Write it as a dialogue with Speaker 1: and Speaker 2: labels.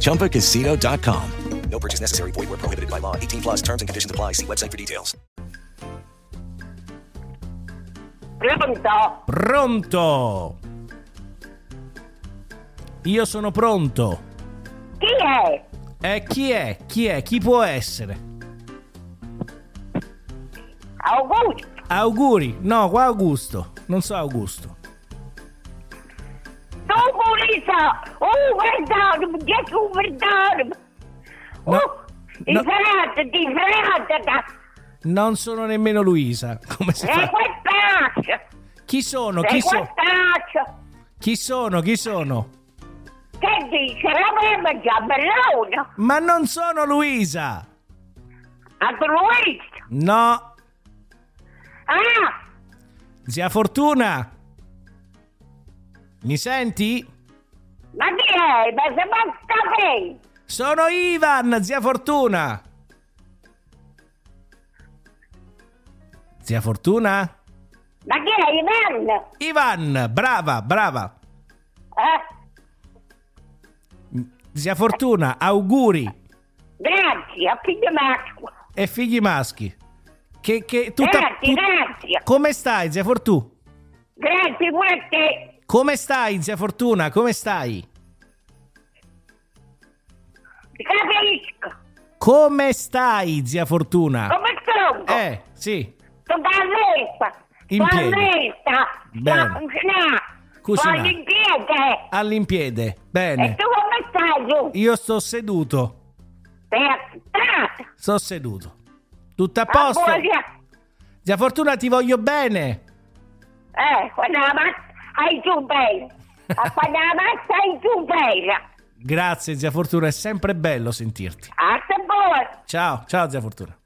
Speaker 1: ChumbaCasino.com.
Speaker 2: No purchase necessary. Void were prohibited by law. 18 plus terms and conditions apply. See website for details.
Speaker 3: Pronto?
Speaker 4: Pronto! Io sono pronto.
Speaker 3: Chi è?
Speaker 4: E chi è? Chi è? Chi può essere?
Speaker 3: Augusto.
Speaker 4: Auguri. No, qua Augusto. Non so Augusto.
Speaker 3: Sono Pulisa. Oh, guardatemi, Gesù, guardatemi.
Speaker 4: No,
Speaker 3: Oh,
Speaker 4: no.
Speaker 3: differente, differente. da-
Speaker 4: Non sono nemmeno Luisa. Come si
Speaker 3: E
Speaker 4: fa?
Speaker 3: quest'accia.
Speaker 4: Chi sono?
Speaker 3: E
Speaker 4: Chi, so-
Speaker 3: quest'accia.
Speaker 4: chi sono? Chi sono?
Speaker 3: Che dice? La prima già bellona.
Speaker 4: Ma non sono Luisa!
Speaker 3: Altruista.
Speaker 4: No!
Speaker 3: Ah,
Speaker 4: Zia Fortuna! Mi senti?
Speaker 3: ma chi è? Ma se basta lei.
Speaker 4: Sono Ivan, zia Fortuna! Zia Fortuna?
Speaker 3: Ma chi è? Ivan?
Speaker 4: Ivan, brava, brava.
Speaker 3: Eh,
Speaker 4: Zia Fortuna, auguri
Speaker 3: grazie, a figlio Marco.
Speaker 4: e figli maschi. Che, che tutta,
Speaker 3: Grazie,
Speaker 4: tut-
Speaker 3: grazie.
Speaker 4: Come stai, zia Fortuna?
Speaker 3: Grazie pure a te.
Speaker 4: Come stai, zia Fortuna? Come stai?
Speaker 3: Ti capisco.
Speaker 4: Come stai, zia Fortuna?
Speaker 3: Come sono?
Speaker 4: Eh, sì.
Speaker 3: Sono all'esta.
Speaker 4: In piedi. Bene. Cucina.
Speaker 3: Sono in piedi.
Speaker 4: All'impiede.
Speaker 3: E
Speaker 4: Bene.
Speaker 3: tu come stai giù?
Speaker 4: Io sto seduto.
Speaker 3: Sei aspettato.
Speaker 4: Sto seduto.
Speaker 3: Ah,
Speaker 4: Tutto a posto? Zia Fortuna, ti voglio bene.
Speaker 3: Eh, quando la massa hai giù bella. A quando la massa hai giù bella.
Speaker 4: Grazie, zia Fortuna, è sempre bello sentirti.
Speaker 3: A te buono.
Speaker 4: Ciao, ciao, zia Fortuna.